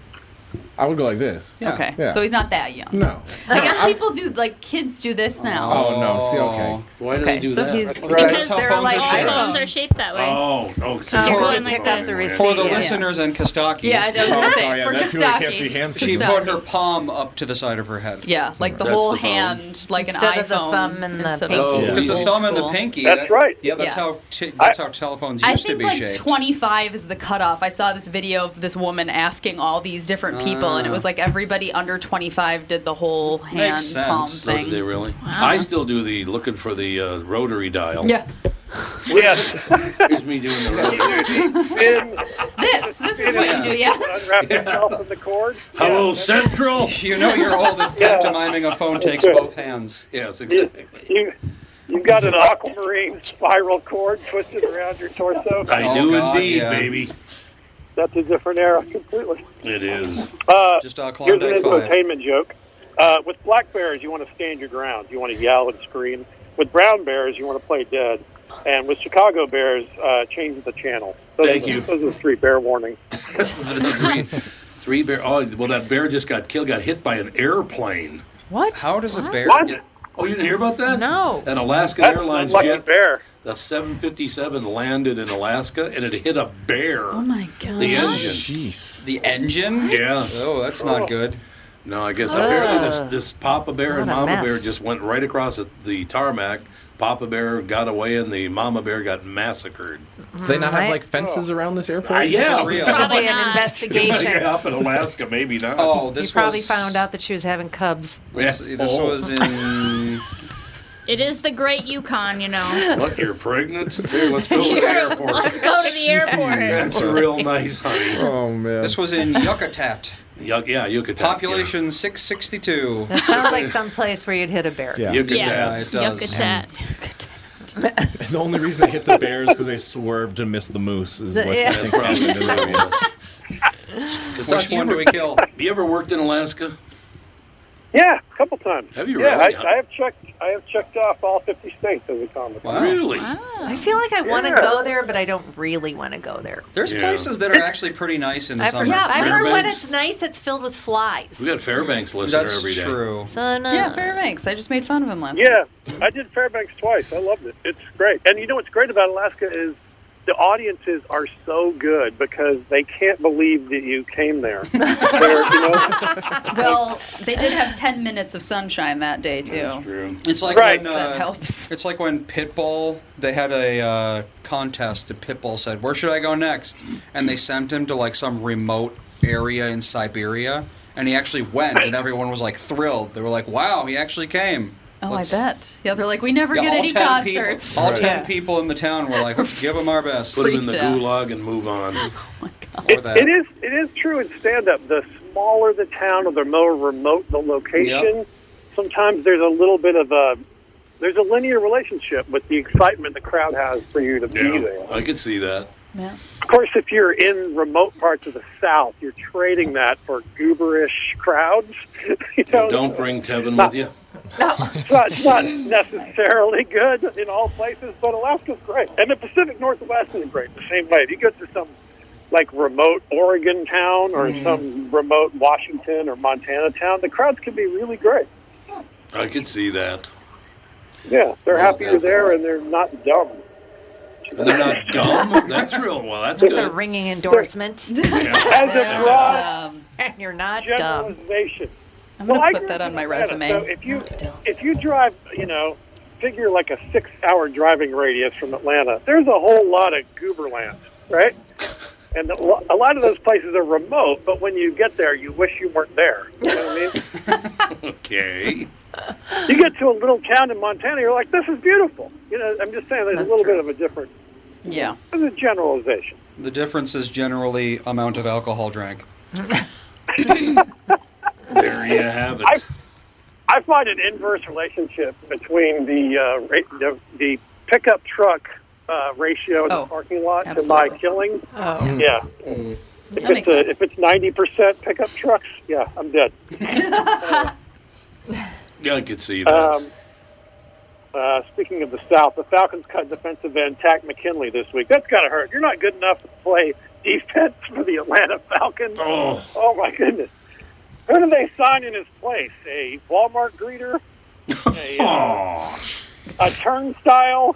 I would go like this. Okay, Yeah. so he's not that young. no. I guess people do like kids do this now. Oh no. See, okay. Why do Okay, they do so that? he's- Because they're like iPhones are shaped that way. Oh, oh, So you're going like for, this. for the Yeah. listeners and Kostaki. Yeah, I know, I was gonna say, Oh, yeah, for that people that can't Kostaki. see hands She sometimes. put her palm up to the side of her head. Yeah, like the That's whole the phone. hand, like Instead an of the iPhone. thumb and the instead of- Oh, because the Old thumb and the school. pinky. That's that- right. Yeah, that's Yeah. how t- that's how telephones I used to think be like shaped. 25 is the cutoff. I saw this video of this woman asking all these different people, and it Ah. was like everybody under 25 did the whole hand palm So thing. do they really? I still do the looking for the uh, rotary dial. Yeah. Yes. Here's me doing the rotary. *laughs* This, this is what you do, *laughs* yes. Unwrap yourself from the cord. Hello, Central. *laughs* You know you're *laughs* old if pantomiming a phone takes both hands. Yes, exactly. You, you, you've got an aquamarine spiral cord twisted around your torso. Oh, I do indeed, baby. That's a different era completely. It *laughs* is. Uh, Just a here's an Klondike five. entertainment joke. Uh, with black bears, you want to stand your ground. You want to yell and scream. With brown bears, you want to play dead. And with Chicago bears, uh, change the channel. Those Thank are the, you. Those are the three bear warnings. three, three bear. Oh, well, that bear just got killed. Got hit by an airplane. What? How does a bear What? get? Oh, you didn't hear about that? No. An Alaskan That's Airlines lucky jet, bear. the 757, landed in Alaska and it hit a bear. Oh my god. The engine. Jeez. The engine? Yeah. Oh, that's not good. No, I guess Ugh. apparently this this Papa Bear and What a Mama mess. Bear just went right across the- the tarmac. Papa Bear got away and the Mama Bear got massacred. Do they not have like Oh. fences around this airport? Uh, yeah, *laughs* Probably Yeah, an investigation. up in Alaska, maybe not. Oh, You probably found out that she was having cubs. This, this Oh. was in. It is the Great Yukon, you know. *laughs* What, you're pregnant? Hey, let's go to the airport. Let's go to the airport. That's real nice, honey. Oh man. This was in Yucatan. Yuck, yeah, Yucatan. Population 662. That sounds *laughs* like some place where you'd hit a bear. Yeah. Yucatan. Yeah. it does. Yucatan. the only reason they hit the bear is because they swerved to miss the moose. Is what Yeah. I *laughs* think. Probably happened to them. Which one do we kill? You ever worked in Alaska? Yeah, a couple times. Have you yeah, really? I, I have checked. I have checked off all fifty states as a comic. Really? I feel like I want to Yeah. go there, but I don't really want to go there. There's places that are actually pretty nice in the I've summer. heard, yeah, I've heard when Fairbanks. it's nice, it's filled with flies. We got a Fairbanks listener That's every day. true. yeah, *laughs* Fairbanks. I just made fun of him last. Yeah, I did Fairbanks twice. I loved it. It's great. And you know what's great about Alaska is the audiences are so good because they can't believe that you came there. They're, you know, Well, they did have ten minutes of sunshine that day too. It's like Right. when, That uh, helps. It's like when Pitbull they had a uh, contest. And Pitbull said, "Where should I go next?" And they sent him to like some remote area in Siberia, and he actually went, and everyone was like thrilled. They were like, "Wow, he actually came." Oh, Let's- I bet. Yeah, they're like, we never Yeah, get all any 10 people- concerts. all ten people in the town were like, "Let's give him our best." Put 'em in the Freaked out. gulag and move on. *laughs* Oh Or that. It is. It is true in stand-up. The smaller the town, or the more remote the location, sometimes there's a little bit of a there's a linear relationship with the excitement the crowd has for you to be there. I could see that. Of course, if you're in remote parts of the South, you're trading that for gooberish crowds. *laughs* you know, Don't bring Tevin with you. it's not, it's not necessarily good in all places, but Alaska's great. And the Pacific Northwest is great the same way. If you go to some like remote Oregon town or Mm-hmm. some remote Washington or Montana town, the crowds can be really great. I could see that. Yeah, they're happy you're there and they're not dumb. And they're not *laughs* dumb. That's real. Well, that's It's a good. ringing endorsement. *laughs* As *laughs* a broad and you're not dumb. generalization. I'm Well, gonna I put grew that up on in my Atlanta, resume. So if you if you drive, you know, figure like a six-hour driving radius from Atlanta, there's a whole lot of gooberland, right? And a lo- a lot of those places are remote, but when you get there, you wish you weren't there. You know what I mean? Okay. you get to a little town in Montana, you're like, this is beautiful. You know, I'm just saying there's a little bit of a different. Yeah. There's a generalization. The difference is generally amount of alcohol drank. there you have it. I find an inverse relationship between the uh, ra- the, the pickup truck uh, ratio in Oh, the parking lot to absolutely. my killing. Oh. Yeah. If That makes it's, a, sense. if it's 90% pickup trucks, yeah, I'm dead. Yeah, I could see that. Um, uh, speaking of the South, the Falcons cut defensive end Tack McKinley this week. That's got to hurt. You're not good enough to play defense *laughs* for the Atlanta Falcons. Oh. my goodness. Who do they sign in his place? A Walmart greeter? A, uh, a turnstile?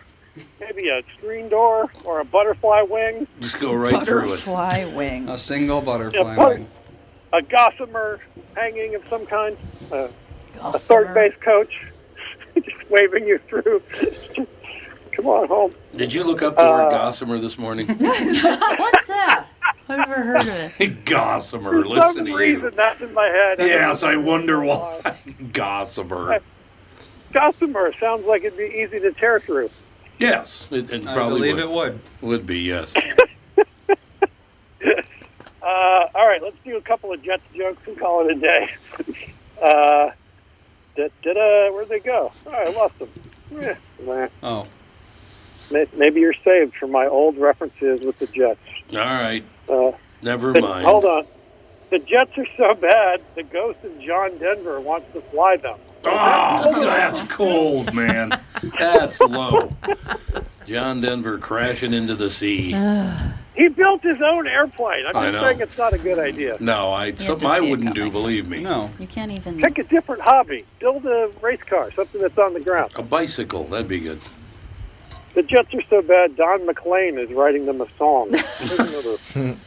Maybe a screen door or a butterfly wing? Just go right through it. Butterfly wing. A single butterfly Yeah, wing. A gossamer hanging of some kind? Uh, a third base coach *laughs* just waving you through. Come on home. Did you look up the Uh, word gossamer this *laughs* *laughs* morning? What's that? I've never heard of it. *laughs* gossamer. For Listen some to reason, you. that's in my head. Yes, I wonder why. *laughs* Gossamer. Gossamer sounds like it'd be easy to tear through. Yes, it, it I probably believe it would. would. Would be yes. Uh, all right, let's do a couple of Jets jokes and call it a day. *laughs* Uh, da, da, da, where'd they go? Oh, I lost them. Eh, meh. Oh, May- Maybe you're saved for my old references with the Jets. all right. Uh, Never the- mind. Hold on. The Jets are so bad, the ghost of John Denver wants to fly them. Oh, that's cold, man. That's low. John Denver crashing into the sea. He built his own airplane. I'm I just know. saying it's not a good idea. No, I something I wouldn't do. Believe me. No. You can't even. Pick a different hobby. Build a race car, something that's on the ground. A bicycle. That'd be good. The Jets are so bad, Don McLean is writing them a song. *laughs*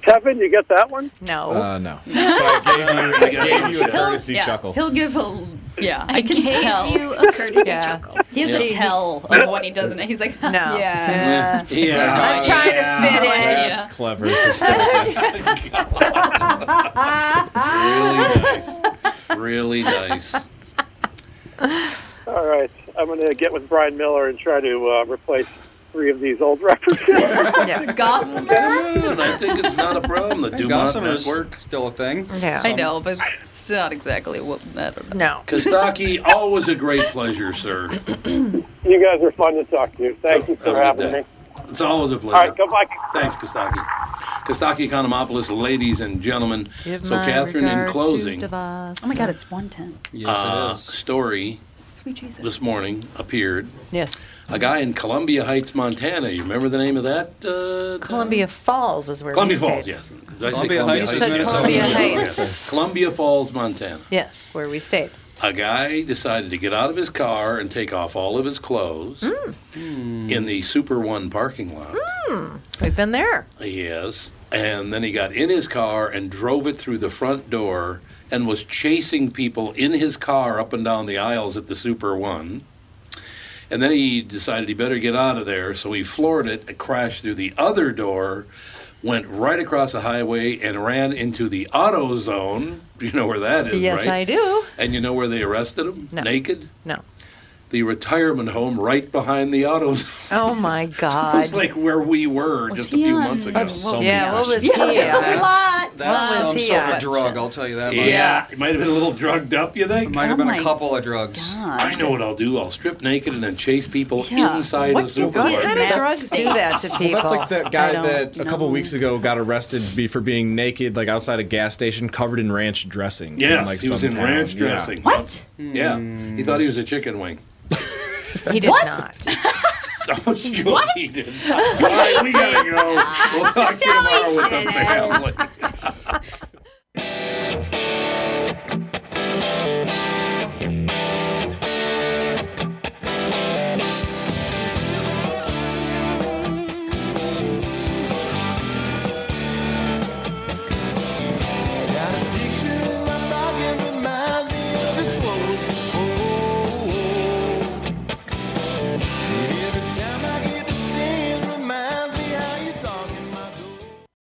Kevin, you get that one? No. Uh, no. I gave you a courtesy yeah, chuckle. He'll give a. Yeah, I, can gave tell. you a courtesy Yeah. chuckle. He has a Yeah. tell of when he doesn't. He's like, *laughs* no. Yeah. Yeah. I'm trying to fit in. That's clever. *laughs* That's Really nice. All right. I'm going to get with Brian Miller and try to uh, replace three of these old *laughs* references. *laughs* Gossamer? Man, I think it's not a problem. The Dumont Gossamer's Network. still a thing. Yeah. I know, but it's not exactly what. I don't know. No. Kostaki, always a great pleasure, sir. you guys are fun to talk to. Thank you for Have a having good me. day. It's always a All right, pleasure. go Vikings. Thanks, Kostaki. Kostaki Economopoulos, ladies and gentlemen. Give so, my Catherine, in regards to closing, Devos. Oh my God, it's 110. uh, story Sweet Jesus. this morning appeared. Yes. A guy in Columbia Heights, Montana. You remember the name of that? Uh, Columbia Falls is where Columbia we stayed. Falls, yes. Did I say Columbia Heights is Yes. Columbia Yes. Heights. Columbia Falls, Montana. Yes, where we stayed. A guy decided to get out of his car and take off all of his clothes in the Super One parking lot. Hmm. We've been there. Yes. And then he got in his car and drove it through the front door and was chasing people in his car up and down the aisles at the Super One. And then he decided he better get out of there, so he floored it, it crashed through the other door, went right across the highway, and ran into the auto zone. *laughs* You know where that is, yes, right? I do. And you know where they arrested him? No. Naked? No. The retirement home right behind the auto *laughs* zone. Oh my It God. was like where we were just a few months ago. That's so *laughs* Yeah, many what was options. he on? That's, What that's was some he sort on? of drug, I'll tell you that. much. Yeah, it might have been a little drugged up, you think? Might have Oh been a couple of drugs. I know what I'll do. I'll strip naked and then chase people Yeah. inside What the supermarket. what kind of drugs do that to people? *laughs* Well, that's like that guy that a couple weeks ago got arrested be- for being naked, like outside a gas station, covered in ranch dressing. Yes, like he was some in town. ranch Yeah. dressing. What? Yeah, he thought he was a chicken wing. He did What? not. *laughs* Oh, she, what? He did. All right, we gotta go. We'll talk to you tomorrow with the family.